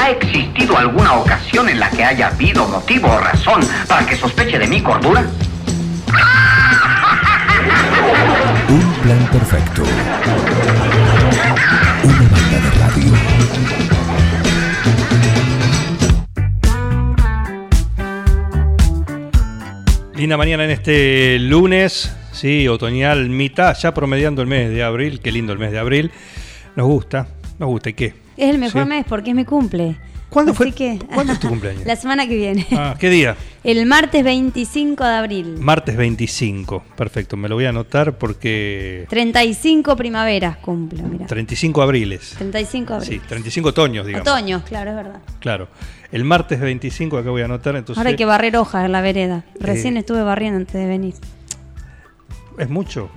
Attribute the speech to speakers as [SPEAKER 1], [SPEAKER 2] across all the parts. [SPEAKER 1] ¿Ha existido alguna ocasión en la que haya habido motivo o razón para que sospeche de mi cordura?
[SPEAKER 2] Un plan perfecto. Una banda de radio.
[SPEAKER 3] Linda mañana en este lunes, sí, otoñal, mitad, ya promediando el mes de abril, qué lindo el mes de abril. Nos gusta, nos gusta, ¿y qué?
[SPEAKER 4] Es el mejor
[SPEAKER 3] Sí.
[SPEAKER 4] mes porque es mi cumple.
[SPEAKER 3] ¿Cuándo
[SPEAKER 4] Así
[SPEAKER 3] fue-
[SPEAKER 4] que-
[SPEAKER 3] cuándo es tu cumpleaños?
[SPEAKER 4] La semana que viene.
[SPEAKER 3] Ah, ¿Qué día?
[SPEAKER 4] El martes 25 de abril.
[SPEAKER 3] Martes 25, perfecto, me lo voy a anotar porque
[SPEAKER 4] 35 primaveras cumplo, mira.
[SPEAKER 3] 35 abriles.
[SPEAKER 4] 35 de abril.
[SPEAKER 3] Sí, 35 otoños, digamos.
[SPEAKER 4] Otoño, claro, es verdad.
[SPEAKER 3] Claro. El martes 25 acá voy a anotar, entonces
[SPEAKER 4] Ahora hay que barrer hojas en la vereda. Recién
[SPEAKER 3] Eh.
[SPEAKER 4] estuve barriendo antes de venir.
[SPEAKER 3] es mucho.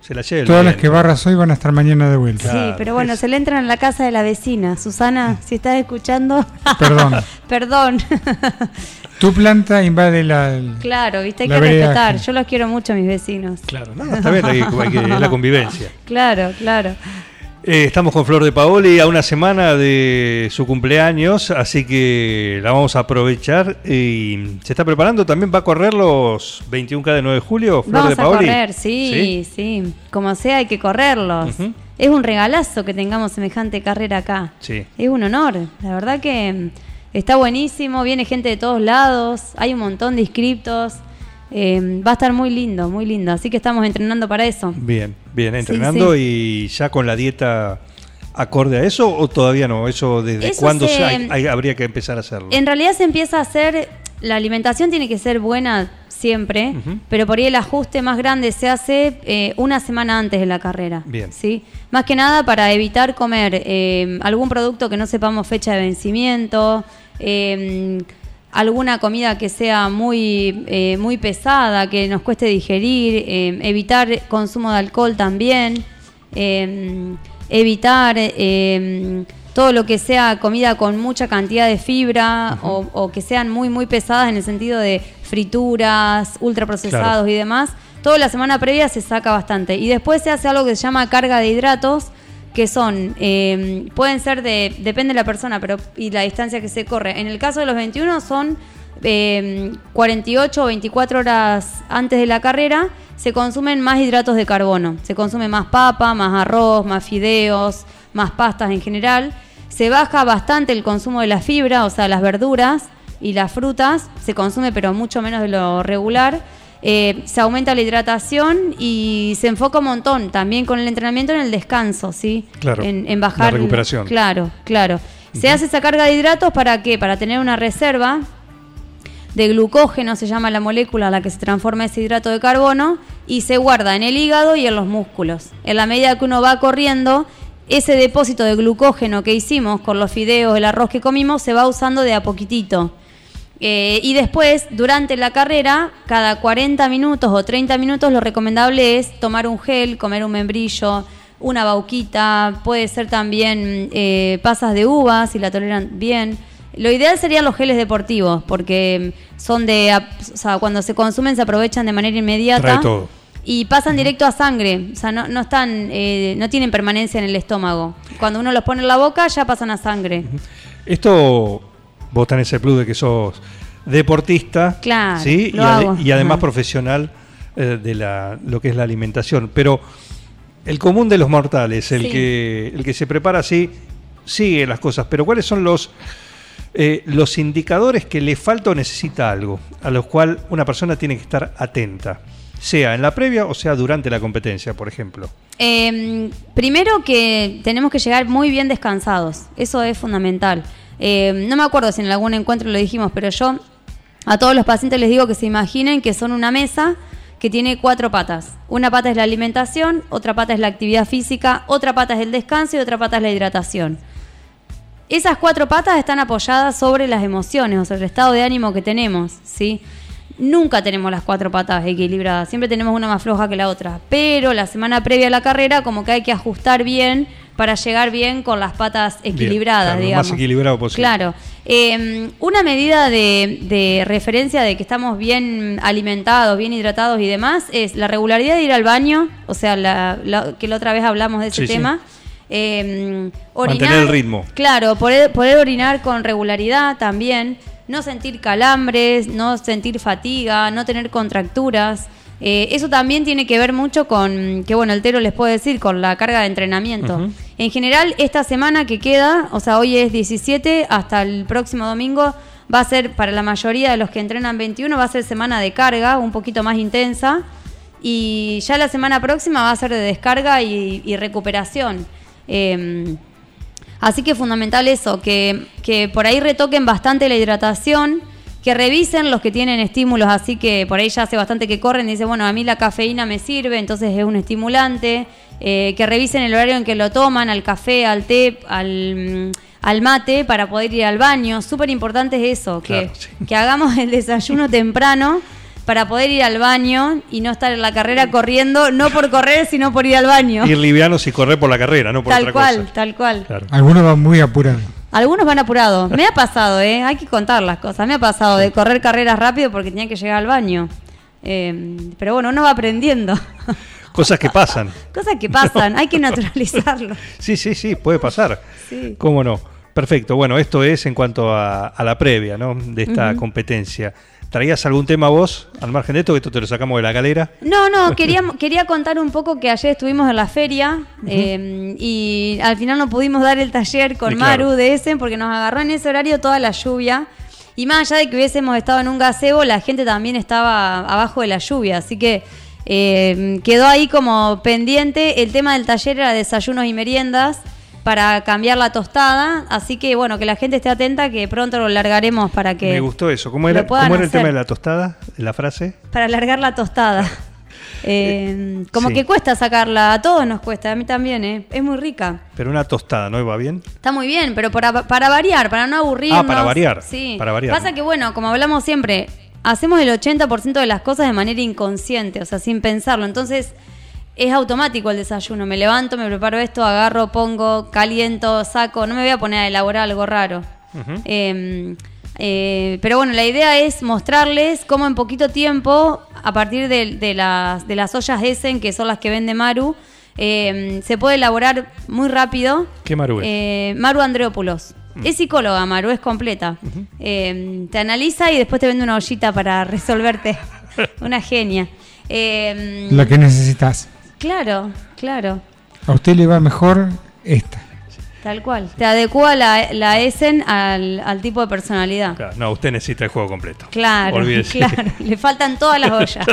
[SPEAKER 3] Se la lleve el
[SPEAKER 5] Todas las que
[SPEAKER 3] viento.
[SPEAKER 5] barras hoy van a estar mañana de vuelta.
[SPEAKER 3] Claro,
[SPEAKER 4] sí, pero bueno,
[SPEAKER 3] es- Mm.
[SPEAKER 4] se le entran en la casa de la vecina. Susana, si estás escuchando,
[SPEAKER 5] Perdón.
[SPEAKER 4] perdón.
[SPEAKER 5] Tu planta invade la. el-
[SPEAKER 4] claro, viste, hay
[SPEAKER 5] La
[SPEAKER 4] que
[SPEAKER 5] vereda,
[SPEAKER 4] respetar.
[SPEAKER 5] sí.
[SPEAKER 4] Yo los quiero mucho a mis vecinos.
[SPEAKER 3] Claro, no, está bien, hay que- hay que- es la convivencia.
[SPEAKER 4] Claro, claro.
[SPEAKER 3] Eh, estamos con Flor de Paoli a una semana de su cumpleaños, así que la vamos a aprovechar. Y se está preparando, también va a correr los 21K de 9 de julio, Flor de
[SPEAKER 4] Vamos a
[SPEAKER 3] Paoli.
[SPEAKER 4] correr, sí, sí, Como sea, hay que correrlos.
[SPEAKER 3] Ujú.
[SPEAKER 4] Es un regalazo que tengamos semejante carrera acá.
[SPEAKER 3] Sí.
[SPEAKER 4] Es un honor. La verdad que mm, está buenísimo. Viene gente de todos lados. Hay un montón de inscriptos. eh, va a estar muy lindo, muy lindo. Así que estamos entrenando para eso.
[SPEAKER 3] Bien, bien,
[SPEAKER 4] Sí,
[SPEAKER 3] entrenando y ya con la dieta acorde a eso o todavía no, eso desde
[SPEAKER 4] Eso
[SPEAKER 3] cuándo
[SPEAKER 4] se-
[SPEAKER 3] se- hay- hay- habría que empezar a hacerlo.
[SPEAKER 4] En realidad se empieza a hacer, la alimentación tiene que ser buena siempre,
[SPEAKER 3] Ujú.
[SPEAKER 4] pero por ahí el ajuste más grande se hace eh, una semana antes de la carrera.
[SPEAKER 3] Bien.
[SPEAKER 4] ¿sí? Más que nada para evitar comer eh, algún producto que no sepamos fecha de vencimiento, eh, alguna comida que sea muy, eh, muy pesada, que nos cueste digerir, eh, evitar consumo de alcohol también, eh, evitar eh, todo lo que sea comida con mucha cantidad de fibra o- o, que sean muy, muy pesadas en el sentido de frituras, ultraprocesados
[SPEAKER 3] Claro.
[SPEAKER 4] y demás. Toda la semana previa se saca bastante. Y después se hace algo que se llama carga de hidratos, que son, eh, pueden ser de, depende de la persona pero y la distancia que se corre. En el caso de los 21 son eh, 48 o 24 horas antes de la carrera, se consumen más hidratos de carbono. Se consume más papa, más arroz, más fideos, más pastas en general. Se baja bastante el consumo de la fibra, o sea, las verduras y las frutas. Se consume, pero mucho menos de lo regular. Eh, se aumenta la hidratación y se enfoca un montón también con el entrenamiento en el descanso, ¿sí?
[SPEAKER 3] Claro,
[SPEAKER 4] En, en
[SPEAKER 3] la
[SPEAKER 4] bajar.
[SPEAKER 3] recuperación.
[SPEAKER 4] Claro, claro. Se hace esa carga de hidratos para qué? Para tener una reserva de glucógeno, se llama la molécula a la que se transforma ese hidrato de carbono, y se guarda en el hígado y en los músculos. En la medida que uno va corriendo, ese depósito de glucógeno que hicimos con los fideos, el arroz que comimos, se va usando de a poquitito. Eh, y después, durante la carrera, cada 40 minutos o 30 minutos, lo recomendable es tomar un gel, comer un membrillo, una bauquita, puede ser también eh, pasas de uva, si la toleran bien. Lo ideal serían los geles deportivos, porque mm, son de. ap- O sea, cuando se consumen se aprovechan de manera inmediata.
[SPEAKER 3] Trae todo.
[SPEAKER 4] Y pasan directo a sangre, o sea, no, no están, eh, no tienen permanencia en el estómago. Cuando uno los pone en la boca, ya pasan a sangre.
[SPEAKER 3] Esto vos tenés ese plus de que sos deportista
[SPEAKER 4] Claro,
[SPEAKER 3] ¿sí?
[SPEAKER 4] lo
[SPEAKER 3] y, ade-
[SPEAKER 4] hago.
[SPEAKER 3] y además
[SPEAKER 4] Ajá.
[SPEAKER 3] profesional eh, de la, lo que es la alimentación. Pero el común de los mortales, el,
[SPEAKER 4] Sí.
[SPEAKER 3] que, el que se prepara así, sigue las cosas. Pero ¿cuáles son los, eh, los indicadores que le falta o necesita algo? A los cual una persona tiene que estar atenta, sea en la previa o sea durante la competencia, por ejemplo.
[SPEAKER 4] Eh, primero que tenemos que llegar muy bien descansados, eso es fundamental. Eh, no me acuerdo si en algún encuentro lo dijimos, pero yo a todos los pacientes les digo que se imaginen que son una mesa que tiene cuatro patas. Una pata es la alimentación, otra pata es la actividad física, otra pata es el descanso y otra pata es la hidratación. Esas cuatro patas están apoyadas sobre las emociones o sobre el estado de ánimo que tenemos, ¿sí? Nunca tenemos las cuatro patas equilibradas, siempre tenemos una más floja que la otra. Pero la semana previa a la carrera, como que hay que ajustar bien para llegar bien con las patas equilibradas,
[SPEAKER 3] claro, lo más
[SPEAKER 4] digamos.
[SPEAKER 3] equilibrado posible.
[SPEAKER 4] Claro. Eh, una medida de, de referencia de que estamos bien alimentados, bien hidratados y demás es la regularidad de ir al baño, o sea, la- la- que la otra vez hablamos de ese
[SPEAKER 3] Sí, sí.
[SPEAKER 4] tema. eh, orinar.
[SPEAKER 3] Mantener el ritmo.
[SPEAKER 4] Claro, poder, poder orinar con regularidad también. No sentir calambres, no sentir fatiga, no tener contracturas. Eh, eso también tiene que ver mucho con, que bueno, el Tero les puede decir, con la carga de entrenamiento.
[SPEAKER 3] Ujú.
[SPEAKER 4] En general, esta semana que queda, o sea, hoy es 17, hasta el próximo domingo va a ser, para la mayoría de los que entrenan 21, va a ser semana de carga, un poquito más intensa. Y ya la semana próxima va a ser de descarga y, y recuperación. Eh, así que es fundamental eso, que, que por ahí retoquen bastante la hidratación, que revisen los que tienen estímulos, así que por ahí ya hace bastante que corren y dicen, bueno, a mí la cafeína me sirve, entonces es un estimulante, eh, que revisen el horario en que lo toman, al café, al té, al, mm, al mate, para poder ir al baño. Súper importante es eso, que,
[SPEAKER 3] Claro, sí.
[SPEAKER 4] que hagamos el desayuno temprano para poder ir al baño y no estar en la carrera corriendo, no por correr, sino por ir al baño.
[SPEAKER 3] Ir livianos y correr por la carrera, no por
[SPEAKER 4] Tal
[SPEAKER 3] otra
[SPEAKER 4] cual,
[SPEAKER 3] cosa.
[SPEAKER 4] tal cual.
[SPEAKER 3] Claro.
[SPEAKER 5] Algunos van muy apurados.
[SPEAKER 4] Algunos van apurados. Me ha pasado, ¿eh? Hay que contar las cosas. Me ha pasado de correr carreras rápido porque tenía que llegar al baño. Eh, pero bueno, uno va aprendiendo.
[SPEAKER 3] Cosas que pasan.
[SPEAKER 4] Cosas que pasan, hay que naturalizarlo.
[SPEAKER 3] Sí, sí, sí, puede pasar.
[SPEAKER 4] Sí.
[SPEAKER 3] ¿Cómo no? Perfecto. Bueno, esto es en cuanto a, a la previa, ¿no? De esta competencia. ¿Traías algún tema vos al margen de esto? Que esto te lo sacamos de la galera.
[SPEAKER 4] No, no, quería, quería contar un poco que ayer estuvimos en la feria eh, y al final no pudimos dar el taller con
[SPEAKER 3] Y claro.
[SPEAKER 4] Maru de Essen porque nos agarró en ese horario toda la lluvia. Y más allá de que hubiésemos estado en un gazebo, la gente también estaba abajo de la lluvia. Así que eh, quedó ahí como pendiente. El tema del taller era desayunos y meriendas para cambiar la tostada. Así que bueno, que la gente esté atenta que pronto lo largaremos para que...
[SPEAKER 3] Me gustó eso. ¿Cómo era,
[SPEAKER 4] lo puedan
[SPEAKER 3] cómo era el
[SPEAKER 4] hacer.
[SPEAKER 3] tema de la tostada? ¿La frase?
[SPEAKER 4] Para alargar la tostada. Eh, como
[SPEAKER 3] sí.
[SPEAKER 4] que cuesta sacarla, a todos nos cuesta, a mí también, ¿eh? es muy rica.
[SPEAKER 3] Pero una tostada, ¿no? ¿Va bien?
[SPEAKER 4] Está muy bien, pero para, para variar, para no aburrirnos.
[SPEAKER 3] Ah, para variar,
[SPEAKER 4] Sí.
[SPEAKER 3] para variar.
[SPEAKER 4] Pasa que, bueno, como hablamos siempre, hacemos el 80% de las cosas de manera inconsciente, o sea, sin pensarlo. Entonces, es automático el desayuno. Me levanto, me preparo esto, agarro, pongo, caliento, saco. No me voy a poner a elaborar algo raro. Eh, eh, pero bueno, la idea es mostrarles cómo en poquito tiempo, a partir de, de las, de las ollas Essen, que son las que vende Maru, eh, se puede elaborar muy rápido.
[SPEAKER 3] ¿Qué Maru es?
[SPEAKER 4] Eh, Maru Andreopoulos. Es psicóloga, Maru, es completa. Eh, te analiza y después te vende una ollita para resolverte. una genia. Eh,
[SPEAKER 5] Lo que necesitas.
[SPEAKER 4] Claro, claro.
[SPEAKER 5] A usted le va mejor esta.
[SPEAKER 4] Tal cual. Te adecua la, la Essen al, al tipo de personalidad.
[SPEAKER 3] Claro, No, usted necesita el juego completo.
[SPEAKER 4] Claro,
[SPEAKER 3] Olvídese.
[SPEAKER 4] claro. Le faltan todas las ollas.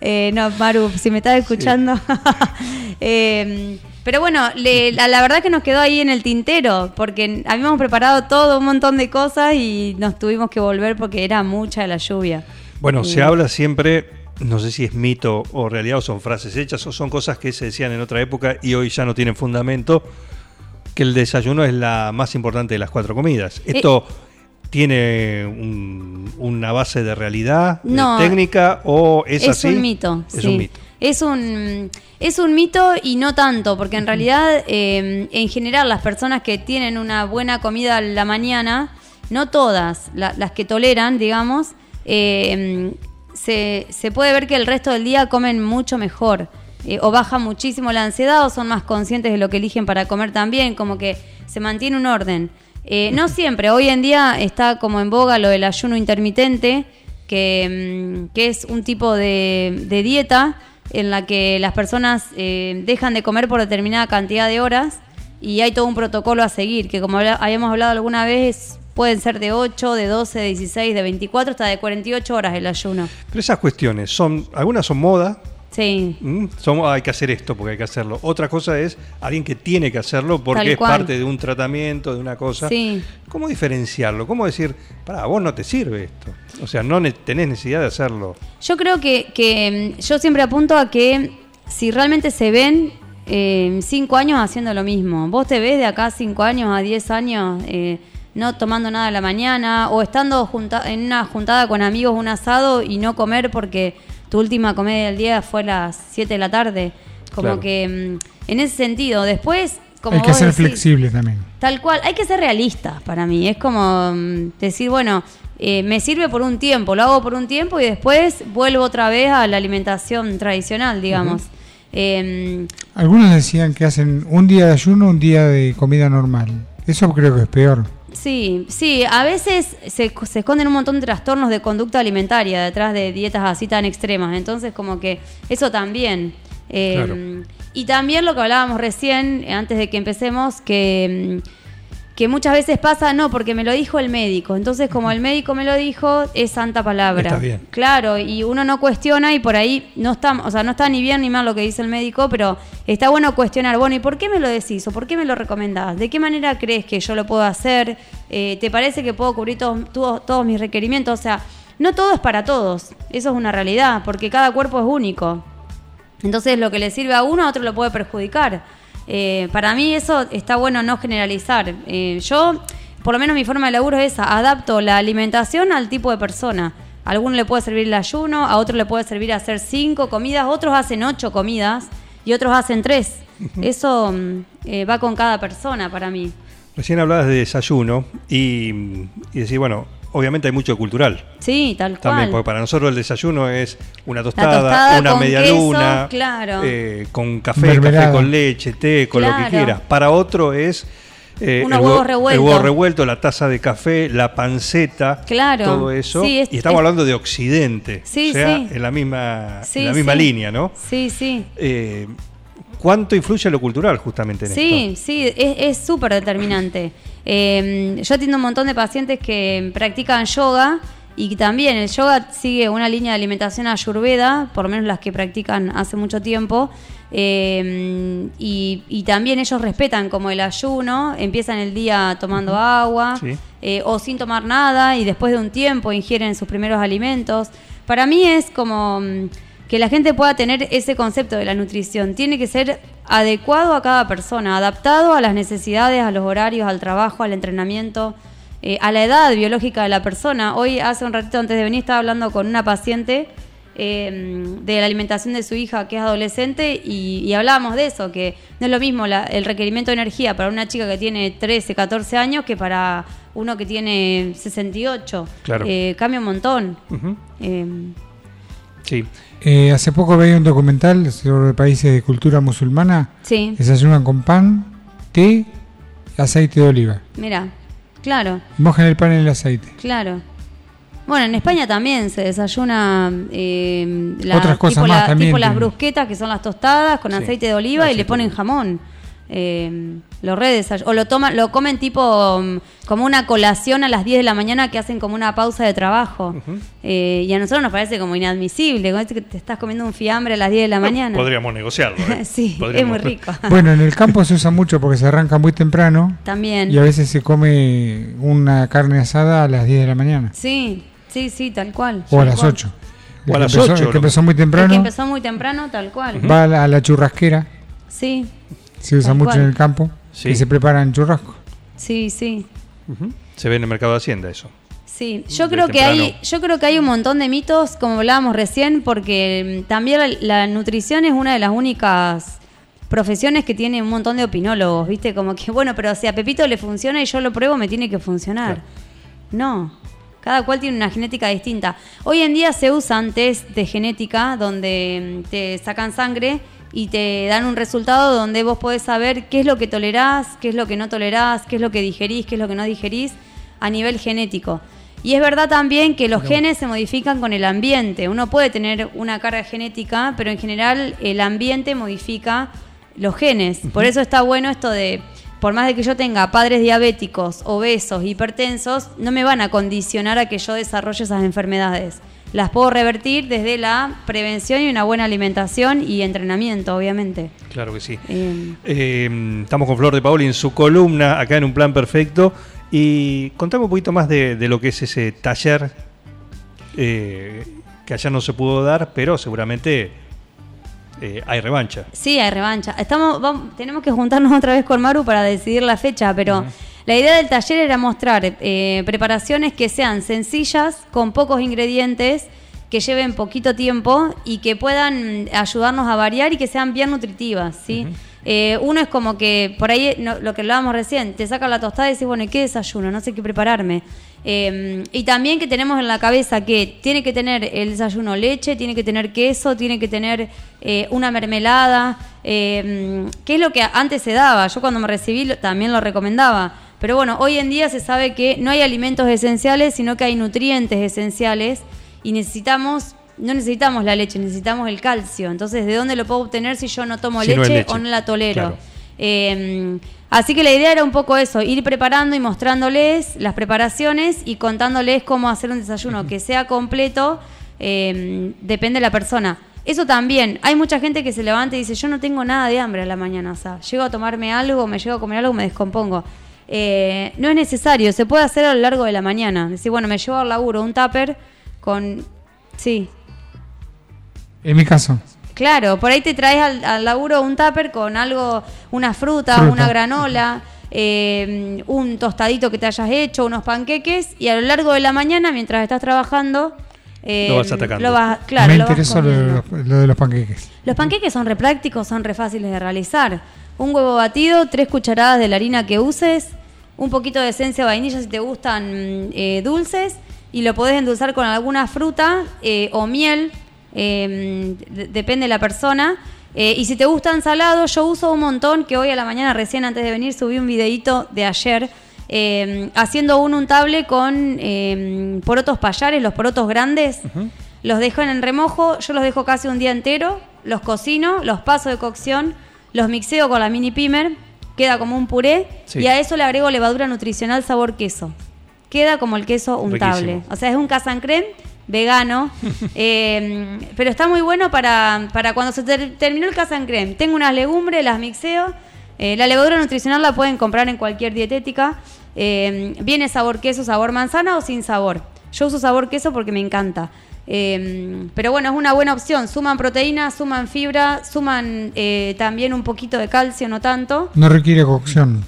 [SPEAKER 4] Eh, no, Maru, si me estás escuchando. Eh, pero bueno, le- la, la verdad que nos quedó ahí en el tintero, porque habíamos preparado todo un montón de cosas y nos tuvimos que volver porque era mucha la lluvia.
[SPEAKER 3] Bueno,
[SPEAKER 4] Mm.
[SPEAKER 3] se habla siempre, no sé si es mito o realidad o son frases hechas o son cosas que se decían en otra época y hoy ya no tienen fundamento, que el desayuno es la más importante de las cuatro comidas.
[SPEAKER 4] Eh.
[SPEAKER 3] ¿Esto tiene un- una base de realidad, de
[SPEAKER 4] No.
[SPEAKER 3] técnica o es,
[SPEAKER 4] Es,
[SPEAKER 3] así?
[SPEAKER 4] un mito.
[SPEAKER 3] Es
[SPEAKER 4] sí.
[SPEAKER 3] un mito.
[SPEAKER 4] Es un, es un mito y no tanto, porque en realidad, eh, en general, las personas que tienen una buena comida a la mañana, no todas, la- las que toleran, digamos, eh, se, se puede ver que el resto del día comen mucho mejor. eh, o baja muchísimo la ansiedad, o son más conscientes de lo que eligen para comer también, como que se mantiene un orden. Eh, no siempre, hoy en día está como en boga lo del ayuno intermitente, que, mm, que es un tipo de, de dieta en la que las personas eh, dejan de comer por determinada cantidad de horas y hay todo un protocolo a seguir, que como habla- habíamos hablado alguna vez, pueden ser de 8, de 12, de 16, de 24, hasta de 48 horas el ayuno.
[SPEAKER 3] Pero esas cuestiones son, algunas son moda,
[SPEAKER 4] Sí,
[SPEAKER 3] ¿Mm? Somos- hay que hacer esto porque hay que hacerlo. Otra cosa es alguien que tiene que hacerlo porque
[SPEAKER 4] Tal
[SPEAKER 3] es
[SPEAKER 4] cual.
[SPEAKER 3] parte de un tratamiento, de una cosa.
[SPEAKER 4] Sí.
[SPEAKER 3] ¿Cómo diferenciarlo? ¿Cómo decir, para vos no te sirve esto? O sea, no ne- tenés necesidad de hacerlo.
[SPEAKER 4] Yo creo que, que, mm, yo siempre apunto a que si realmente se ven eh, cinco años haciendo lo mismo, vos te ves de acá a cinco años, a diez años, eh, no tomando nada a la mañana o estando junta- en una juntada con amigos, un asado y no comer porque tu última comida del día fue a las 7 de la tarde. Como
[SPEAKER 3] Claro.
[SPEAKER 4] que mm, en ese sentido, después... Como
[SPEAKER 5] Hay que
[SPEAKER 4] vos
[SPEAKER 5] ser
[SPEAKER 4] decís-
[SPEAKER 5] flexible también.
[SPEAKER 4] Tal cual, hay que ser realistas para mí. Es como mm, decir, bueno, eh, me sirve por un tiempo, lo hago por un tiempo y después vuelvo otra vez a la alimentación tradicional, digamos. eh,
[SPEAKER 5] Algunos decían que hacen un día de ayuno, un día de comida normal. Eso creo que es peor.
[SPEAKER 4] Sí, sí, a veces se, se esconden un montón de trastornos de conducta alimentaria detrás de dietas así tan extremas, entonces como que eso también. Eh,
[SPEAKER 3] Claro.
[SPEAKER 4] Y también lo que hablábamos recién, eh, antes de que empecemos, que, mm, que muchas veces pasa, no, porque me lo dijo el médico, entonces como el médico me lo dijo, es santa palabra.
[SPEAKER 3] Está bien.
[SPEAKER 4] Claro, y uno no cuestiona y por ahí no está, o sea, no está ni bien ni mal lo que dice el médico, pero está bueno cuestionar, bueno, ¿y por qué me lo decís o por qué me lo recomendás? ¿De qué manera crees que yo lo puedo hacer? Eh, ¿Te parece que puedo cubrir todos, todos, todos mis requerimientos? O sea, no todo es para todos, eso es una realidad, porque cada cuerpo es único. Entonces lo que le sirve a uno a otro lo puede perjudicar. Eh, para mí eso está bueno no generalizar. Eh, yo, por lo menos mi forma de laburo es esa, adapto la alimentación al tipo de persona. A alguno le puede servir el ayuno, a otro le puede servir hacer cinco comidas, otros hacen ocho comidas y otros hacen tres. Eso mm, eh, va con cada persona para mí.
[SPEAKER 3] Recién hablabas de desayuno y, y decís, bueno, obviamente hay mucho cultural.
[SPEAKER 4] Sí, tal cual.
[SPEAKER 3] También, porque para nosotros el desayuno es una tostada,
[SPEAKER 4] tostada
[SPEAKER 3] una
[SPEAKER 4] con
[SPEAKER 3] media
[SPEAKER 4] queso,
[SPEAKER 3] luna,
[SPEAKER 4] claro.
[SPEAKER 3] eh, con café,
[SPEAKER 5] Mermelada.
[SPEAKER 3] café con leche, té, con lo que
[SPEAKER 4] Claro.
[SPEAKER 3] quieras. Para otro es eh,
[SPEAKER 4] Unos
[SPEAKER 3] el, huevo,
[SPEAKER 4] huevos revueltos.
[SPEAKER 3] el huevo revuelto, la taza de café, la panceta,
[SPEAKER 4] Claro.
[SPEAKER 3] todo eso.
[SPEAKER 4] Sí, es-
[SPEAKER 3] y estamos
[SPEAKER 4] es-
[SPEAKER 3] hablando de Occidente,
[SPEAKER 4] Sí,
[SPEAKER 3] o sea,
[SPEAKER 4] sí.
[SPEAKER 3] en la misma,
[SPEAKER 4] Sí,
[SPEAKER 3] en la misma
[SPEAKER 4] sí.
[SPEAKER 3] línea, ¿no?
[SPEAKER 4] Sí, sí.
[SPEAKER 3] Eh, ¿Cuánto influye lo cultural justamente en
[SPEAKER 4] sí,
[SPEAKER 3] esto?
[SPEAKER 4] sí, es es súper determinante. Eh, yo atiendo un montón de pacientes que practican yoga y también el yoga sigue una línea de alimentación ayurveda, por lo menos las que practican hace mucho tiempo. eh, y, y también ellos respetan como el ayuno, empiezan el día tomando agua
[SPEAKER 3] Sí.
[SPEAKER 4] eh, o sin tomar nada y después de un tiempo ingieren sus primeros alimentos. Para mí es como mm, que la gente pueda tener ese concepto de la nutrición. Tiene que ser adecuado a cada persona, adaptado a las necesidades, a los horarios, al trabajo, al entrenamiento, eh, a la edad biológica de la persona. Hoy, hace un ratito antes de venir, estaba hablando con una paciente eh, de la alimentación de su hija que es adolescente y, y hablábamos de eso, que no es lo mismo la- el requerimiento de energía para una chica que tiene 13, 14 años que para uno que tiene 68.
[SPEAKER 3] Claro.
[SPEAKER 4] Eh, cambia un montón.
[SPEAKER 3] Ujú,
[SPEAKER 4] Eh,
[SPEAKER 3] sí.
[SPEAKER 5] Eh, hace poco veía un documental sobre países de cultura musulmana.
[SPEAKER 4] sí,
[SPEAKER 5] Desayunan con pan, té y aceite de oliva.
[SPEAKER 4] mira, claro,
[SPEAKER 5] Mojan el pan en el aceite.
[SPEAKER 4] claro. Bueno, en España también se desayuna eh, la-
[SPEAKER 5] Otras cosas
[SPEAKER 4] tipo,
[SPEAKER 5] más
[SPEAKER 4] la-
[SPEAKER 5] también
[SPEAKER 4] tipo las
[SPEAKER 5] tienen.
[SPEAKER 4] brusquetas que son las tostadas con
[SPEAKER 3] Sí,
[SPEAKER 4] aceite de oliva y
[SPEAKER 3] aceite
[SPEAKER 4] le
[SPEAKER 3] de
[SPEAKER 4] ponen
[SPEAKER 3] oliva.
[SPEAKER 4] jamón. Eh, lo re desay- o lo toman, lo comen tipo mm, como una colación a las 10 de la mañana que hacen como una pausa de trabajo. Eh, y a nosotros nos parece como inadmisible, como es que te estás comiendo un fiambre a las 10 de la mañana.
[SPEAKER 3] Podríamos negociarlo. ¿eh?
[SPEAKER 4] sí, es
[SPEAKER 3] Podríamos-
[SPEAKER 4] muy rico.
[SPEAKER 5] Bueno, en el campo se usa mucho porque se arranca muy temprano
[SPEAKER 4] También.
[SPEAKER 5] y a veces se come una carne asada a las 10 de la mañana
[SPEAKER 4] Sí, sí, sí, tal cual.
[SPEAKER 5] o a
[SPEAKER 4] Tal
[SPEAKER 5] las
[SPEAKER 4] cual.
[SPEAKER 5] 8.
[SPEAKER 3] O a las
[SPEAKER 5] empezó,
[SPEAKER 3] 8,
[SPEAKER 5] el que
[SPEAKER 3] ¿no?
[SPEAKER 5] empezó muy
[SPEAKER 4] El que
[SPEAKER 5] temprano
[SPEAKER 4] empezó muy temprano, tal cual.
[SPEAKER 5] va a la, a la churrasquera,
[SPEAKER 4] Sí,
[SPEAKER 5] se usa
[SPEAKER 4] Tal
[SPEAKER 5] mucho
[SPEAKER 4] cual.
[SPEAKER 5] en el campo,
[SPEAKER 3] Sí.
[SPEAKER 5] y se preparan churrasco.
[SPEAKER 4] sí, sí.
[SPEAKER 3] Ujú. Se ve en el mercado de Hacienda eso.
[SPEAKER 4] Sí, yo
[SPEAKER 3] De
[SPEAKER 4] creo que
[SPEAKER 3] temprano.
[SPEAKER 4] hay, yo creo que hay un montón de mitos, como hablábamos recién, porque mm, también la, la nutrición es una de las únicas profesiones que tiene un montón de opinólogos, viste, como que bueno, pero si a Pepito le funciona y yo lo pruebo, me tiene que funcionar.
[SPEAKER 3] Claro.
[SPEAKER 4] No, cada cual tiene una genética distinta. Hoy en día se usan test de genética donde mm, te sacan sangre y te dan un resultado donde vos podés saber qué es lo que tolerás, qué es lo que no tolerás, qué es lo que digerís, qué es lo que no digerís a nivel genético. Y es verdad también que los genes se modifican con el ambiente. Uno puede tener una carga genética, pero en general el ambiente modifica los genes. Por eso está bueno esto de, por más de que yo tenga padres diabéticos, obesos, hipertensos, no me van a condicionar a que yo desarrolle esas enfermedades. Las puedo revertir desde la prevención y una buena alimentación y entrenamiento, obviamente.
[SPEAKER 3] Claro que sí.
[SPEAKER 4] Eh,
[SPEAKER 3] Eh, estamos con Flor de Paoli en su columna, acá en Un Plan Perfecto. Y contame un poquito más de, de lo que es ese taller eh, que allá no se pudo dar, pero seguramente eh, hay revancha.
[SPEAKER 4] Sí, hay revancha. Estamos, vam- tenemos que juntarnos otra vez con Maru para decidir la fecha, pero la idea del taller era mostrar eh, preparaciones que sean sencillas, con pocos ingredientes, que mm, lleven poquito tiempo y que puedan ayudarnos a variar y que sean bien nutritivas, ¿sí? Eh, uno es como que, por ahí no- lo que hablábamos recién, te saca la tostada y decís, bueno, ¿y qué desayuno? No sé qué prepararme. Eh, y también que tenemos en la cabeza que tiene que tener el desayuno leche, tiene que tener queso, tiene que tener eh, una mermelada, eh, que es lo que antes se daba. Yo cuando me recibí lo- también lo recomendaba. Pero bueno, hoy en día se sabe que no hay alimentos esenciales, sino que hay nutrientes esenciales y necesitamos, no necesitamos la leche, necesitamos el calcio. Entonces, ¿de dónde lo puedo obtener si yo no tomo
[SPEAKER 3] Si no
[SPEAKER 4] leche,
[SPEAKER 3] es
[SPEAKER 4] o
[SPEAKER 3] leche.
[SPEAKER 4] no la tolero?
[SPEAKER 3] Claro.
[SPEAKER 4] Eh, así que la idea era un poco eso, ir preparando y mostrándoles las preparaciones y contándoles cómo hacer un desayuno que sea completo, eh, depende de la persona. Eso también, hay mucha gente que se levanta y dice, yo no tengo nada de hambre a la mañana, o sea, llego a tomarme algo, me llego a comer algo, me descompongo. Eh, no es necesario, se puede hacer a lo largo de la mañana. Decir, bueno, me llevo al laburo un tupper con... Sí,
[SPEAKER 5] En mi caso.
[SPEAKER 4] Claro, por ahí te traes al, al laburo un tupper con algo, una fruta,
[SPEAKER 5] Fruta.
[SPEAKER 4] una granola, eh, un tostadito que te hayas hecho, unos panqueques, y a lo largo de la mañana, mientras estás trabajando, eh,
[SPEAKER 3] Lo vas atacando.
[SPEAKER 4] lo vas- claro,
[SPEAKER 5] me
[SPEAKER 4] lo vas
[SPEAKER 5] interesa lo, de
[SPEAKER 4] comiendo.
[SPEAKER 5] los- lo de los panqueques.
[SPEAKER 4] Los panqueques son re prácticos, son re fáciles de realizar. Un huevo batido, tres cucharadas de la harina que uses, un poquito de esencia de vainilla si te gustan mm, eh, dulces, y lo podés endulzar con alguna fruta eh, o miel, eh, de- depende de la persona. Eh, y si te gustan salados, yo uso un montón que hoy a la mañana, recién antes de venir, subí un videíto de ayer. eh, haciendo un untable con eh, porotos payares, los porotos grandes, los dejo en remojo, yo los dejo casi un día entero, los cocino, los paso de cocción, los mixeo con la mini pimer, queda como un puré
[SPEAKER 3] Sí.
[SPEAKER 4] y a eso le agrego levadura nutricional sabor queso. Queda como el queso untable.
[SPEAKER 3] Riquísimo.
[SPEAKER 4] O sea, es un casan creme vegano, eh, pero está muy bueno para, para cuando se ter- terminó el casan creme. Tengo unas legumbres, las mixeo. eh, la levadura nutricional la pueden comprar en cualquier dietética. eh, viene sabor queso, sabor manzana o sin sabor. Yo uso sabor queso porque me encanta. Eh, pero bueno, es una buena opción. Suman proteína, suman fibra, suman eh, también un poquito de calcio, no tanto.
[SPEAKER 5] No requiere cocción.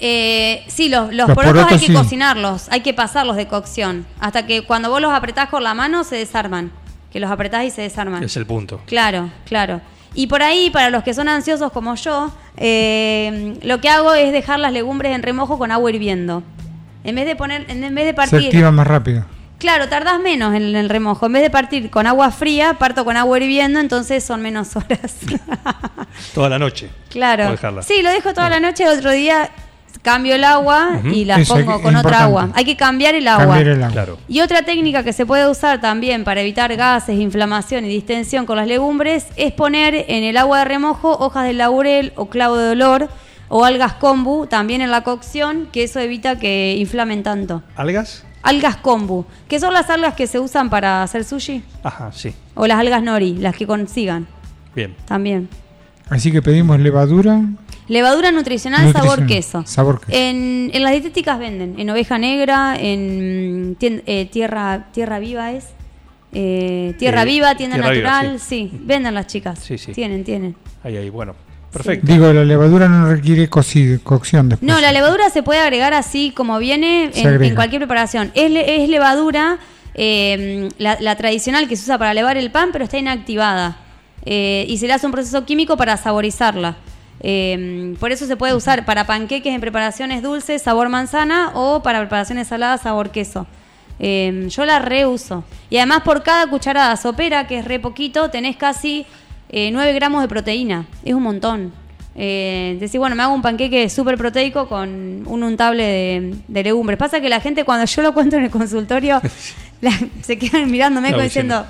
[SPEAKER 4] Eh, sí, los, los
[SPEAKER 5] Los
[SPEAKER 4] porotos, hay
[SPEAKER 5] porotos
[SPEAKER 4] que
[SPEAKER 5] sí.
[SPEAKER 4] cocinarlos, hay que pasarlos de cocción. Hasta que cuando vos los apretás con la mano se desarman. Que los apretás y se desarman.
[SPEAKER 3] Es el punto.
[SPEAKER 4] Claro, claro. Y por ahí, para los que son ansiosos como yo, eh, lo que hago es dejar las legumbres en remojo con agua hirviendo. En vez de poner, en en vez de
[SPEAKER 5] Se
[SPEAKER 4] partir,
[SPEAKER 5] activa más rápido.
[SPEAKER 4] Claro, tardás menos en el remojo. En vez de partir con agua fría, parto con agua hirviendo, entonces son menos horas.
[SPEAKER 3] Toda la noche. O
[SPEAKER 4] claro.
[SPEAKER 3] dejarla.
[SPEAKER 4] Sí, lo dejo toda la noche, otro día cambio el agua y la
[SPEAKER 5] Eso hay
[SPEAKER 4] pongo
[SPEAKER 5] que-
[SPEAKER 4] con
[SPEAKER 5] es
[SPEAKER 4] otra
[SPEAKER 5] importante.
[SPEAKER 4] agua. Hay que cambiar el agua.
[SPEAKER 5] Cambiar el agua.
[SPEAKER 3] Claro.
[SPEAKER 4] Y otra técnica que se puede usar también para evitar gases, inflamación y distensión con las legumbres es poner en el agua de remojo hojas de laurel o clavo de olor o algas kombu también en la cocción, que eso evita que inflamen tanto.
[SPEAKER 3] ¿Algas?
[SPEAKER 4] Algas kombu, que son las algas que se usan para hacer sushi
[SPEAKER 3] Ajá, sí.
[SPEAKER 4] o las algas nori, las que consigan
[SPEAKER 3] Bien.
[SPEAKER 4] también.
[SPEAKER 5] Así que pedimos levadura.
[SPEAKER 4] Levadura nutricional,
[SPEAKER 5] Nutricional,
[SPEAKER 4] sabor queso.
[SPEAKER 5] sabor queso.
[SPEAKER 4] En, en las dietéticas venden, en oveja negra, en tien- eh, tierra, tierra viva es. eh, tierra
[SPEAKER 3] Eh,
[SPEAKER 4] viva, tienda
[SPEAKER 3] Tierra Viva,
[SPEAKER 4] natural, sí. venden las chicas.
[SPEAKER 3] Sí, sí.
[SPEAKER 4] Tienen, tienen.
[SPEAKER 3] Ahí, ahí. Bueno. Perfecto.
[SPEAKER 5] Digo, la levadura no requiere cocido, cocción después.
[SPEAKER 4] No, la levadura se puede agregar así como viene
[SPEAKER 5] Se
[SPEAKER 4] en,
[SPEAKER 5] agrega.
[SPEAKER 4] en cualquier preparación. Es, le- es levadura, eh, la, la tradicional que se usa para levar el pan, pero está inactivada. Eh, y se le hace un proceso químico para saborizarla. Eh, por eso se puede usar para panqueques en preparaciones dulces, sabor manzana, o para preparaciones saladas, sabor queso. Eh, yo la reuso. Y además por cada cucharada sopera, que es re poquito, tenés casi eh, 9 gramos de proteína. Es un montón. Eh, decir, bueno, me hago un panqueque súper proteico con un untable de, de legumbres. Pasa que la gente, cuando yo lo cuento en el consultorio, la- se quedan mirándome
[SPEAKER 3] La
[SPEAKER 4] como
[SPEAKER 3] bocina.
[SPEAKER 4] diciendo,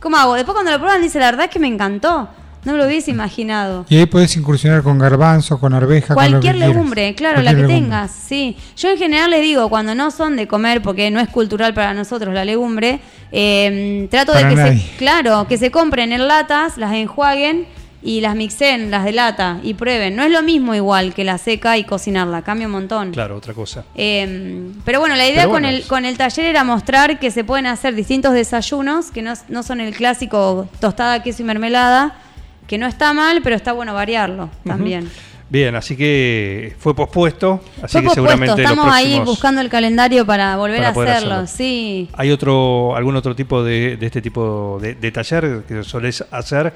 [SPEAKER 4] ¿cómo hago? Después, cuando lo prueban, dice, la verdad es que me encantó. No me lo hubiese imaginado.
[SPEAKER 5] Y ahí puedes incursionar con garbanzo, con arveja, con lo que
[SPEAKER 4] Cualquier
[SPEAKER 5] quieras.
[SPEAKER 4] legumbre, claro, la que
[SPEAKER 5] Cualquier legumbre.
[SPEAKER 4] tengas, sí. Yo en general les digo, cuando no son de comer, porque no es cultural para nosotros la legumbre, eh, trato
[SPEAKER 5] Para
[SPEAKER 4] de que
[SPEAKER 5] nadie.
[SPEAKER 4] se, claro, que se compren en latas, las enjuaguen y las mixen, las de lata, y prueben. No es lo mismo igual que la seca y cocinarla, cambia un montón.
[SPEAKER 3] Claro, otra cosa.
[SPEAKER 4] Eh, pero bueno, la idea
[SPEAKER 3] Pero
[SPEAKER 4] con,
[SPEAKER 3] bueno,
[SPEAKER 4] el,
[SPEAKER 3] es-
[SPEAKER 4] con el taller era mostrar que se pueden hacer distintos desayunos, que no, no son el clásico tostada, queso y mermelada, que no está mal, pero está bueno variarlo también.
[SPEAKER 3] Bien, así que fue pospuesto. Así
[SPEAKER 4] Fue
[SPEAKER 3] que
[SPEAKER 4] pospuesto,
[SPEAKER 3] seguramente en los
[SPEAKER 4] estamos ahí
[SPEAKER 3] próximos-
[SPEAKER 4] buscando el calendario para volver
[SPEAKER 3] para
[SPEAKER 4] a
[SPEAKER 3] poder
[SPEAKER 4] hacerlo,
[SPEAKER 3] hacerlo.
[SPEAKER 4] sí.
[SPEAKER 3] ¿Hay otro, algún otro tipo de, de este tipo de, de taller que solés hacer?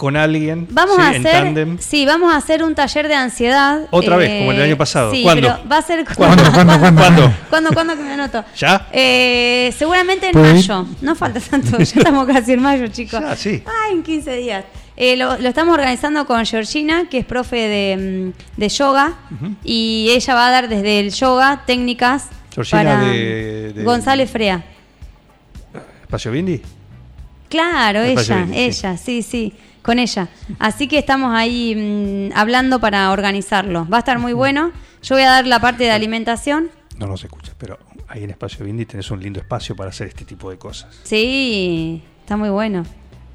[SPEAKER 3] con alguien
[SPEAKER 4] Vamos
[SPEAKER 3] sí,
[SPEAKER 4] a
[SPEAKER 3] en
[SPEAKER 4] hacer,
[SPEAKER 3] tándem.
[SPEAKER 4] sí, vamos a hacer un taller de ansiedad. eh,
[SPEAKER 3] Otra vez, como el del año pasado.
[SPEAKER 4] Sí,
[SPEAKER 3] ¿Cuándo?
[SPEAKER 4] pero va a ser
[SPEAKER 5] ¿Cuándo, cuándo, cuándo?
[SPEAKER 3] ¿Cuándo?
[SPEAKER 4] ¿Cuándo, cuándo que me anoto?
[SPEAKER 3] ¿Ya?
[SPEAKER 4] Eh, seguramente en
[SPEAKER 5] ¿Puedo ir?
[SPEAKER 4] mayo. No falta tanto, ya estamos casi en mayo, chicos.
[SPEAKER 3] Ya, sí.
[SPEAKER 4] Ah, en 15 días. Eh, lo, lo estamos organizando con Georgina, que es profe de, mm, de yoga, y ella va a dar desde el yoga técnicas
[SPEAKER 3] Georgina
[SPEAKER 4] para
[SPEAKER 3] de- de-
[SPEAKER 4] González Frea.
[SPEAKER 3] ¿Espacio Bindi?
[SPEAKER 4] Claro,
[SPEAKER 3] Me parece
[SPEAKER 4] ella,
[SPEAKER 3] bien, sí.
[SPEAKER 4] ella, sí, sí, con ella. Así que estamos ahí mm, hablando para organizarlo. Va a estar muy bueno. Yo voy a dar la parte de alimentación.
[SPEAKER 3] No nos escuchas, pero ahí en Espacio Bindi tenés un lindo espacio para hacer este tipo de cosas.
[SPEAKER 4] Sí, está muy bueno.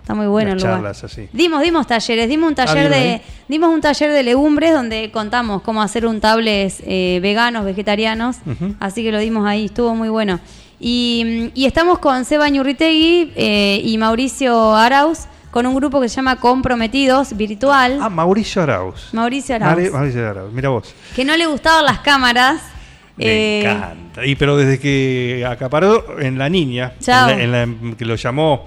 [SPEAKER 4] Está muy bueno
[SPEAKER 3] Las
[SPEAKER 4] el lugar.
[SPEAKER 3] charlas así.
[SPEAKER 4] Dimos, dimos talleres, dimos un taller
[SPEAKER 3] ¿vieron ahí?
[SPEAKER 4] de, dimos un taller de legumbres donde contamos cómo hacer untables eh, veganos, vegetarianos.
[SPEAKER 3] Ujú.
[SPEAKER 4] Así que lo dimos ahí, estuvo muy bueno. Y, mm, y estamos con Seba Ñurritegui eh, y Mauricio Arauz con un grupo que se llama Comprometidos Virtual.
[SPEAKER 3] Ah, Mauricio Arauz.
[SPEAKER 4] Mauricio Arauz.
[SPEAKER 3] Mari- Mauricio Arauz, mira vos.
[SPEAKER 4] que no le gustaban las cámaras.
[SPEAKER 3] Me
[SPEAKER 4] eh,
[SPEAKER 3] encanta. Y pero desde que acaparó en la niña, en
[SPEAKER 4] Chao.
[SPEAKER 3] la- en la, que lo llamó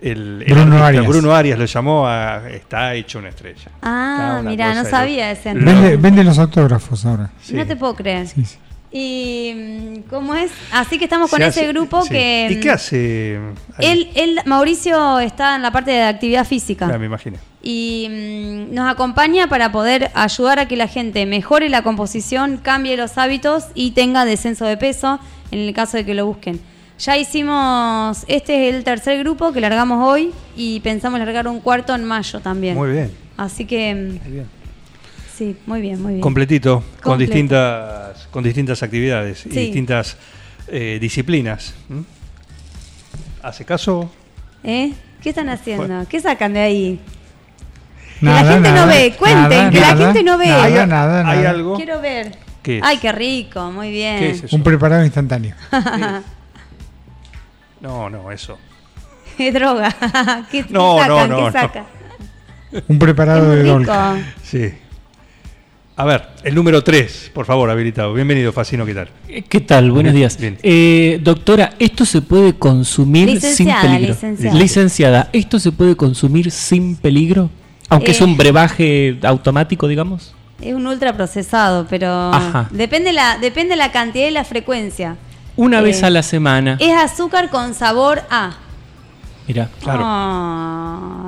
[SPEAKER 3] el, el
[SPEAKER 5] Bruno Arias.
[SPEAKER 3] Bruno Arias lo llamó a está hecho una estrella.
[SPEAKER 4] Ah,
[SPEAKER 3] Está una
[SPEAKER 4] mirá,
[SPEAKER 3] cosa
[SPEAKER 4] no
[SPEAKER 3] de
[SPEAKER 4] sabía
[SPEAKER 3] loco.
[SPEAKER 4] ese
[SPEAKER 3] Lo-
[SPEAKER 5] Vende, vende los autógrafos ahora.
[SPEAKER 3] sí.
[SPEAKER 4] No te puedo creer.
[SPEAKER 5] Sí, sí.
[SPEAKER 4] Y mm, cómo es, así que estamos con
[SPEAKER 3] Se
[SPEAKER 4] ese
[SPEAKER 3] hace-
[SPEAKER 4] grupo
[SPEAKER 3] sí.
[SPEAKER 4] que mm,
[SPEAKER 3] ¿Y qué hace? ahí?
[SPEAKER 4] él, él- Mauricio está en la parte de actividad física
[SPEAKER 3] Ah, me imagino.
[SPEAKER 4] y mm, nos acompaña para poder ayudar a que la gente mejore la composición, cambie los hábitos y tenga descenso de peso en el caso de que lo busquen. Ya hicimos, este es el tercer grupo que largamos hoy y pensamos largar un cuarto en mayo también.
[SPEAKER 3] Muy bien.
[SPEAKER 4] Así que, mm,
[SPEAKER 3] Muy bien.
[SPEAKER 4] sí, muy bien, muy bien.
[SPEAKER 3] Completito, con
[SPEAKER 4] Completo.
[SPEAKER 3] distintas, con distintas actividades y
[SPEAKER 4] Sí.
[SPEAKER 3] distintas eh, disciplinas. ¿Mm? ¿Hace caso?
[SPEAKER 4] ¿Eh? ¿Qué están haciendo? ¿Qué sacan de ahí?
[SPEAKER 5] Nada,
[SPEAKER 4] la gente
[SPEAKER 5] nada,
[SPEAKER 4] no ve, cuenten,
[SPEAKER 5] nada,
[SPEAKER 4] que la
[SPEAKER 5] nada,
[SPEAKER 4] gente no ve.
[SPEAKER 5] nada,
[SPEAKER 4] Hay-
[SPEAKER 5] nada, nada.
[SPEAKER 3] ¿Hay algo?
[SPEAKER 4] Quiero ver.
[SPEAKER 3] ¿Qué es?
[SPEAKER 4] Ay, qué rico, muy bien.
[SPEAKER 3] ¿Qué es eso?
[SPEAKER 5] Un preparado instantáneo.
[SPEAKER 3] No, no, eso.
[SPEAKER 4] Qué droga. ¿Qué, qué
[SPEAKER 3] No, no,
[SPEAKER 4] sacan?
[SPEAKER 3] no,
[SPEAKER 4] ¿Qué
[SPEAKER 3] no.
[SPEAKER 4] sacan?
[SPEAKER 5] Un
[SPEAKER 4] Es
[SPEAKER 5] preparado
[SPEAKER 4] muy
[SPEAKER 5] de
[SPEAKER 4] rico.
[SPEAKER 5] Dolca.
[SPEAKER 3] Sí. A ver, el número 3, por favor, habilitado. Bienvenido, Facino, ¿qué tal?
[SPEAKER 6] Eh, ¿Qué tal? Buenos días.
[SPEAKER 3] Bien.
[SPEAKER 6] Eh, doctora, ¿esto se puede consumir
[SPEAKER 4] Licenciada,
[SPEAKER 6] sin peligro?
[SPEAKER 4] licenciada.
[SPEAKER 6] Licenciada, ¿esto se puede consumir sin peligro? Aunque es
[SPEAKER 4] Eh.
[SPEAKER 6] un brebaje automático, digamos.
[SPEAKER 4] Es un ultraprocesado, pero
[SPEAKER 6] Ajá.
[SPEAKER 4] depende la depende la cantidad y la frecuencia.
[SPEAKER 6] Una
[SPEAKER 4] Eh,
[SPEAKER 6] vez a la semana.
[SPEAKER 4] Es azúcar con sabor a.
[SPEAKER 6] Mira.
[SPEAKER 3] Claro.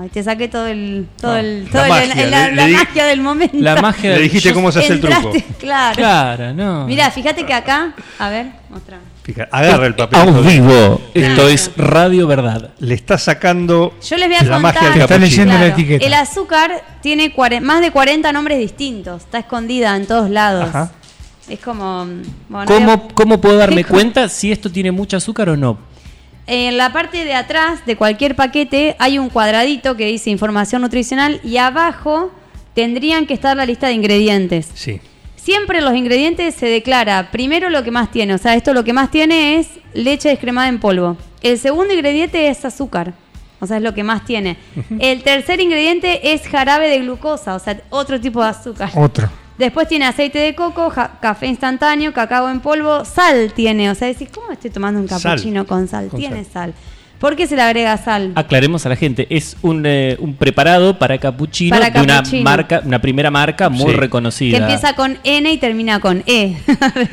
[SPEAKER 4] Ay, te saqué todo el todo
[SPEAKER 3] Ah,
[SPEAKER 4] el
[SPEAKER 3] la
[SPEAKER 4] todo el-
[SPEAKER 3] magia,
[SPEAKER 4] la,
[SPEAKER 3] le-
[SPEAKER 4] la
[SPEAKER 3] le di-
[SPEAKER 4] magia del momento.
[SPEAKER 6] La magia
[SPEAKER 3] Le
[SPEAKER 6] del-
[SPEAKER 3] dijiste
[SPEAKER 6] yo-
[SPEAKER 3] cómo se hace el truco.
[SPEAKER 4] Entraste, claro.
[SPEAKER 6] Clara, no.
[SPEAKER 4] Mira, fíjate que acá, a ver, mostrame.
[SPEAKER 3] Fija- agarra el papel.
[SPEAKER 6] Aus
[SPEAKER 3] Oh,
[SPEAKER 6] vivo.
[SPEAKER 4] Claro.
[SPEAKER 6] Esto es Radio Verdad.
[SPEAKER 3] Le está sacando
[SPEAKER 4] Yo les voy a
[SPEAKER 3] la
[SPEAKER 4] contar.
[SPEAKER 3] magia del
[SPEAKER 5] Está
[SPEAKER 3] capuchino.
[SPEAKER 5] leyendo la etiqueta.
[SPEAKER 4] El azúcar tiene cuare- más de 40 nombres distintos. Está escondida en todos lados.
[SPEAKER 3] Ajá.
[SPEAKER 4] Es como. bueno,
[SPEAKER 6] ¿Cómo, ¿Cómo puedo darme
[SPEAKER 4] Fijo.
[SPEAKER 6] cuenta si esto tiene mucho azúcar o no?
[SPEAKER 4] En la parte de atrás de cualquier paquete hay un cuadradito que dice información nutricional y abajo tendrían que estar la lista de ingredientes.
[SPEAKER 3] Sí.
[SPEAKER 4] Siempre los ingredientes se declara primero lo que más tiene. O sea, esto lo que más tiene es leche descremada en polvo. El segundo ingrediente es azúcar. O sea, es lo que más tiene. El tercer ingrediente es jarabe de glucosa, o sea, otro tipo de azúcar.
[SPEAKER 3] Oh.
[SPEAKER 5] Otro.
[SPEAKER 4] Después tiene aceite de coco, ja- café instantáneo, cacao en polvo, sal tiene. O sea, decís, ¿cómo estoy tomando un
[SPEAKER 3] Sal.
[SPEAKER 4] cappuccino con sal?
[SPEAKER 3] Con
[SPEAKER 4] tiene sal. ¿Por qué se le agrega sal?
[SPEAKER 6] Aclaremos a la gente, es un, eh, un preparado para capuchino
[SPEAKER 4] Para
[SPEAKER 6] de una
[SPEAKER 4] cappuccino.
[SPEAKER 6] marca, una primera marca muy
[SPEAKER 3] Sí.
[SPEAKER 6] reconocida.
[SPEAKER 4] Que empieza con N y termina con E.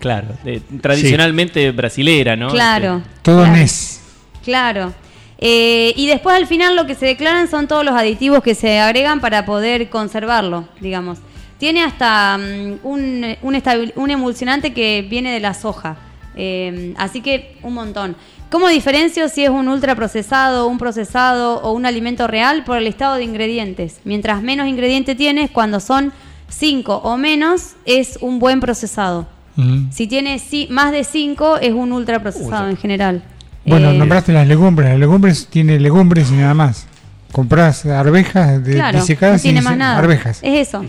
[SPEAKER 6] Claro, eh, tradicionalmente brasilera, ¿no?
[SPEAKER 4] claro.
[SPEAKER 5] Todo
[SPEAKER 4] claro.
[SPEAKER 5] NES.
[SPEAKER 4] Claro. Eh, y después al final lo que se declaran son todos los aditivos que se agregan para poder conservarlo, digamos. Tiene hasta mm, un, un, estabil- un emulsionante que viene de la soja. Eh, así que un montón. ¿Cómo diferencio si es un ultraprocesado, un procesado o un alimento real por el estado de ingredientes? Mientras menos ingrediente tienes, cuando son 5 o menos, es un buen procesado.
[SPEAKER 5] Mm.
[SPEAKER 4] Si tiene ci- más de 5, es un ultraprocesado en general.
[SPEAKER 5] Bueno,
[SPEAKER 4] Eh,
[SPEAKER 5] nombraste las legumbres. Las legumbres tiene legumbres y nada más. Comprás arvejas de,
[SPEAKER 4] Claro,
[SPEAKER 5] disecadas
[SPEAKER 4] no tiene
[SPEAKER 5] y
[SPEAKER 4] más
[SPEAKER 5] dise-
[SPEAKER 4] nada. Eh.
[SPEAKER 5] arvejas.
[SPEAKER 4] Es eso.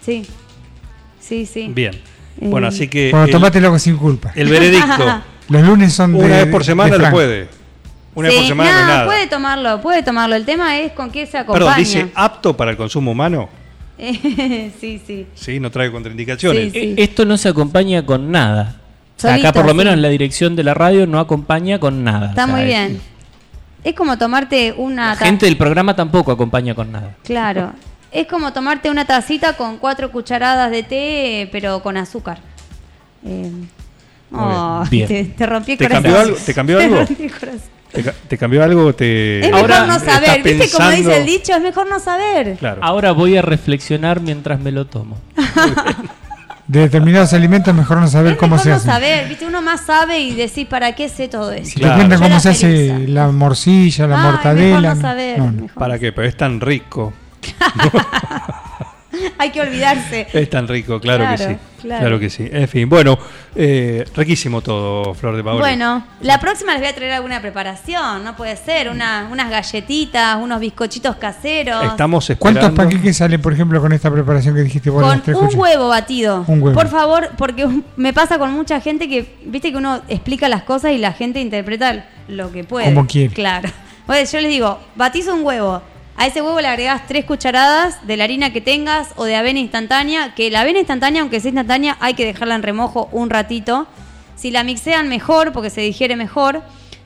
[SPEAKER 4] Sí. Sí, sí.
[SPEAKER 3] Bien. Bueno,
[SPEAKER 4] Eh,
[SPEAKER 3] así que
[SPEAKER 5] bueno,
[SPEAKER 3] el,
[SPEAKER 5] tomátelo sin culpa.
[SPEAKER 3] el veredicto,
[SPEAKER 5] Los lunes son de.
[SPEAKER 3] eh, una vez por
[SPEAKER 5] de
[SPEAKER 3] semana lo
[SPEAKER 5] flan.
[SPEAKER 3] puede. Una vez
[SPEAKER 4] Sí,
[SPEAKER 3] por semana no,
[SPEAKER 4] no,
[SPEAKER 3] es nada.
[SPEAKER 4] puede tomarlo, puede tomarlo. El tema es con qué se acompaña.
[SPEAKER 3] Perdón, dice ah. apto para el consumo humano.
[SPEAKER 4] sí, sí.
[SPEAKER 3] Sí, no trae contraindicaciones.
[SPEAKER 4] Sí,
[SPEAKER 6] Eh, Esto no se acompaña con nada. O sea,
[SPEAKER 4] Solito,
[SPEAKER 6] acá por lo
[SPEAKER 4] sí.
[SPEAKER 6] menos la dirección de la radio no acompaña con nada.
[SPEAKER 4] Está
[SPEAKER 6] O sea,
[SPEAKER 4] muy
[SPEAKER 6] es-
[SPEAKER 4] bien. Ah, Es como tomarte una...
[SPEAKER 6] La
[SPEAKER 4] ta-
[SPEAKER 6] gente del programa tampoco acompaña con nada.
[SPEAKER 4] Claro. Es como tomarte una tacita con cuatro cucharadas de té, pero con azúcar. Eh,
[SPEAKER 3] Muy bien.
[SPEAKER 4] oh,
[SPEAKER 6] Bien.
[SPEAKER 4] Te, te rompí el
[SPEAKER 3] ¿Te
[SPEAKER 4] corazón.
[SPEAKER 3] cambió algo? ¿Te cambió algo?
[SPEAKER 4] rompí el corazón.
[SPEAKER 3] ¿Te, ca- te cambió algo? ¿Te,
[SPEAKER 4] es
[SPEAKER 6] ahora
[SPEAKER 4] mejor no
[SPEAKER 3] estás
[SPEAKER 4] saber. ¿Viste como
[SPEAKER 3] pensando-
[SPEAKER 4] dice el dicho? Es mejor no saber.
[SPEAKER 3] Claro.
[SPEAKER 6] Ahora voy a reflexionar mientras me lo tomo.
[SPEAKER 5] De determinados alimentos mejor no saber
[SPEAKER 4] es
[SPEAKER 5] cómo
[SPEAKER 4] mejor
[SPEAKER 5] se
[SPEAKER 4] no
[SPEAKER 5] hace.
[SPEAKER 4] saber. ¿Viste? Uno más sabe y decís, ¿para qué sé todo eso?
[SPEAKER 5] Si
[SPEAKER 3] Claro.
[SPEAKER 5] te cuentan
[SPEAKER 4] Yo
[SPEAKER 5] cómo
[SPEAKER 4] era
[SPEAKER 5] se hace
[SPEAKER 4] feliz.
[SPEAKER 5] la morcilla, la
[SPEAKER 4] Ay,
[SPEAKER 5] mortadela.
[SPEAKER 4] Mejor no saber.
[SPEAKER 5] no, no.
[SPEAKER 4] mejor.
[SPEAKER 3] ¿Para qué? Pero es tan rico.
[SPEAKER 4] Hay que olvidarse.
[SPEAKER 3] Es tan rico, claro, que
[SPEAKER 4] Claro,
[SPEAKER 3] sí. Claro.
[SPEAKER 4] claro.
[SPEAKER 3] que sí. En fin, bueno, eh, riquísimo todo, Flor de Paola.
[SPEAKER 4] Bueno, la próxima les voy a traer alguna preparación, no puede ser, una- unas galletitas, unos bizcochitos caseros.
[SPEAKER 3] Estamos esperando.
[SPEAKER 5] ¿Cuántos panqueques salen, por ejemplo, con esta preparación que dijiste vos?
[SPEAKER 4] con
[SPEAKER 5] las tres
[SPEAKER 4] un
[SPEAKER 5] cucharadas?
[SPEAKER 4] huevo batido.
[SPEAKER 5] Un huevo.
[SPEAKER 4] Por favor, porque me pasa con mucha gente que, viste que uno explica las cosas y la gente interpreta lo que puede.
[SPEAKER 5] Como quiere.
[SPEAKER 4] Claro. Oye, yo les digo, batís un huevo. A ese huevo le agregás tres cucharadas de la harina que tengas o de avena instantánea, que la avena instantánea, aunque sea instantánea, hay que dejarla en remojo un ratito. Si la mixean mejor, porque se digiere mejor,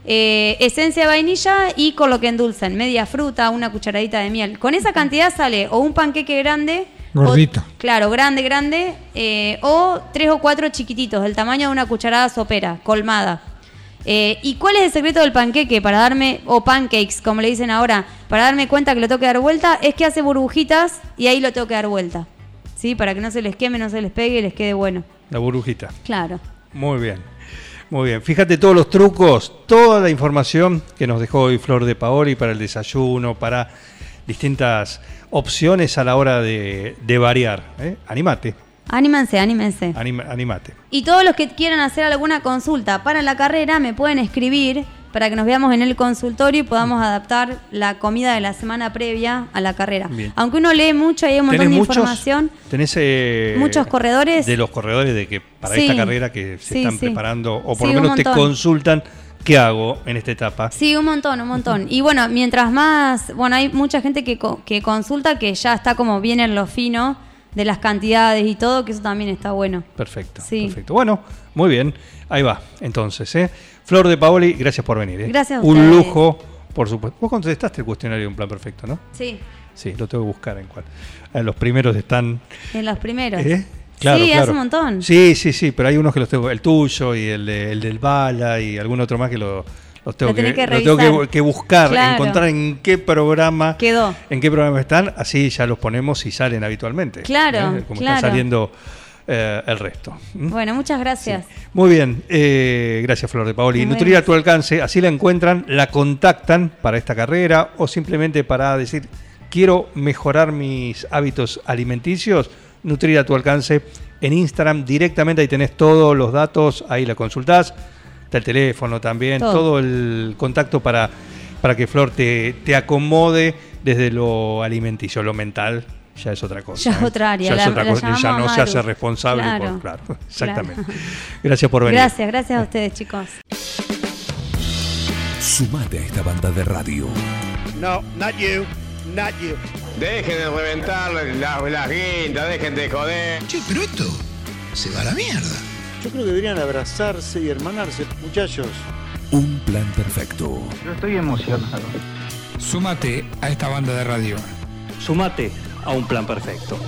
[SPEAKER 4] eh, esencia de vainilla y con lo que endulcen, media fruta, una cucharadita de miel. Con esa cantidad sale o un panqueque grande, o-
[SPEAKER 5] Gordito.
[SPEAKER 4] Claro, grande, grande. eh, o tres o cuatro chiquititos, del tamaño de una cucharada sopera, colmada. Eh, ¿Y cuál es el secreto del panqueque para darme, o pancakes, como le dicen ahora, para darme cuenta que lo tengo que dar vuelta? Es que hace burbujitas y ahí lo tengo que dar vuelta. ¿Sí? Para que no se les queme, no se les pegue y les quede bueno.
[SPEAKER 3] La burbujita.
[SPEAKER 4] Claro.
[SPEAKER 3] Muy bien. Muy bien. Fíjate todos los trucos, toda la información que nos dejó hoy Flor de Paoli para el desayuno, para distintas opciones a la hora de, de variar. ¿eh? Animate,
[SPEAKER 4] Anímense, anímense.
[SPEAKER 3] anima- animate.
[SPEAKER 4] Y todos los que quieran hacer alguna consulta para la carrera me pueden escribir para que nos veamos en el consultorio y podamos
[SPEAKER 3] Mm.
[SPEAKER 4] adaptar la comida de la semana previa a la carrera.
[SPEAKER 3] Bien.
[SPEAKER 4] Aunque uno lee mucho, hay un montón de información.
[SPEAKER 3] tenés eh,
[SPEAKER 4] Muchos corredores.
[SPEAKER 3] De los corredores de que para
[SPEAKER 4] Sí.
[SPEAKER 3] esta carrera que se
[SPEAKER 4] Sí,
[SPEAKER 3] están
[SPEAKER 4] sí.
[SPEAKER 3] preparando, o por
[SPEAKER 4] Sí,
[SPEAKER 3] lo
[SPEAKER 4] un
[SPEAKER 3] menos te
[SPEAKER 4] montón.
[SPEAKER 3] consultan qué hago en esta etapa.
[SPEAKER 4] Sí, un montón, un montón. Y bueno, mientras más, bueno, hay mucha gente que, co- que consulta que ya está como bien en lo fino de las cantidades y todo, que eso también está bueno.
[SPEAKER 3] Perfecto,
[SPEAKER 4] Sí.
[SPEAKER 3] perfecto. Bueno, muy bien. Ahí va, entonces. ¿eh? Flor de Paoli, gracias por venir. ¿eh?
[SPEAKER 4] Gracias a
[SPEAKER 3] Un
[SPEAKER 4] ustedes.
[SPEAKER 3] lujo, por supuesto. Vos contestaste el cuestionario de un plan perfecto, ¿no?
[SPEAKER 4] Sí,
[SPEAKER 3] Sí, lo tengo que buscar en cuál. Eh, los primeros están.
[SPEAKER 4] en los primeros.
[SPEAKER 3] ¿eh? Claro,
[SPEAKER 4] sí, hace
[SPEAKER 3] claro.
[SPEAKER 4] un montón.
[SPEAKER 3] Sí, sí, sí, pero hay unos que los tengo, el tuyo y el, de- el del Bala y algún otro más que lo, los tengo,
[SPEAKER 4] Lo tenés que
[SPEAKER 3] lo tengo que,
[SPEAKER 4] revisar.
[SPEAKER 3] bu- que buscar,
[SPEAKER 4] Claro.
[SPEAKER 3] encontrar en qué programa
[SPEAKER 4] Quedó.
[SPEAKER 3] en qué programa están, así ya los ponemos y salen habitualmente.
[SPEAKER 4] Claro,
[SPEAKER 3] Como
[SPEAKER 4] claro.
[SPEAKER 3] están saliendo eh, el resto. ¿Mm?
[SPEAKER 4] Bueno, muchas gracias.
[SPEAKER 3] Muy bien, eh, gracias Flor de Paoli.
[SPEAKER 4] Muy
[SPEAKER 3] Nutrir a
[SPEAKER 4] bien.
[SPEAKER 3] tu alcance, así la encuentran, la contactan para esta carrera o simplemente para decir, quiero mejorar mis hábitos alimenticios. Nutrir a tu alcance en Instagram directamente, ahí tenés todos los datos, ahí la consultás, está el teléfono también, todo,
[SPEAKER 4] Todo.
[SPEAKER 3] el contacto para, para que Flor te, te acomode desde lo alimenticio, lo mental. Ya es otra cosa. ¿eh?
[SPEAKER 4] Ya es otra área,
[SPEAKER 3] Ya, es
[SPEAKER 4] la-
[SPEAKER 3] otra
[SPEAKER 4] la
[SPEAKER 3] cosa, ya
[SPEAKER 4] llamamos
[SPEAKER 3] no se
[SPEAKER 4] Maru.
[SPEAKER 3] hace responsable.
[SPEAKER 4] Claro,
[SPEAKER 3] por- claro,
[SPEAKER 4] claro.
[SPEAKER 3] exactamente. Gracias por venir.
[SPEAKER 4] Gracias, gracias a ustedes, chicos.
[SPEAKER 2] Sumate a esta banda de radio.
[SPEAKER 7] No, not you. Not you.
[SPEAKER 8] Dejen de reventar las la guindas, dejen de joder.
[SPEAKER 9] Che, pero esto se va a la mierda.
[SPEAKER 7] Yo creo que deberían abrazarse y hermanarse, muchachos.
[SPEAKER 2] Un plan perfecto.
[SPEAKER 1] Yo estoy emocionado.
[SPEAKER 5] Súmate a esta banda de radio.
[SPEAKER 10] Sumate a un plan perfecto.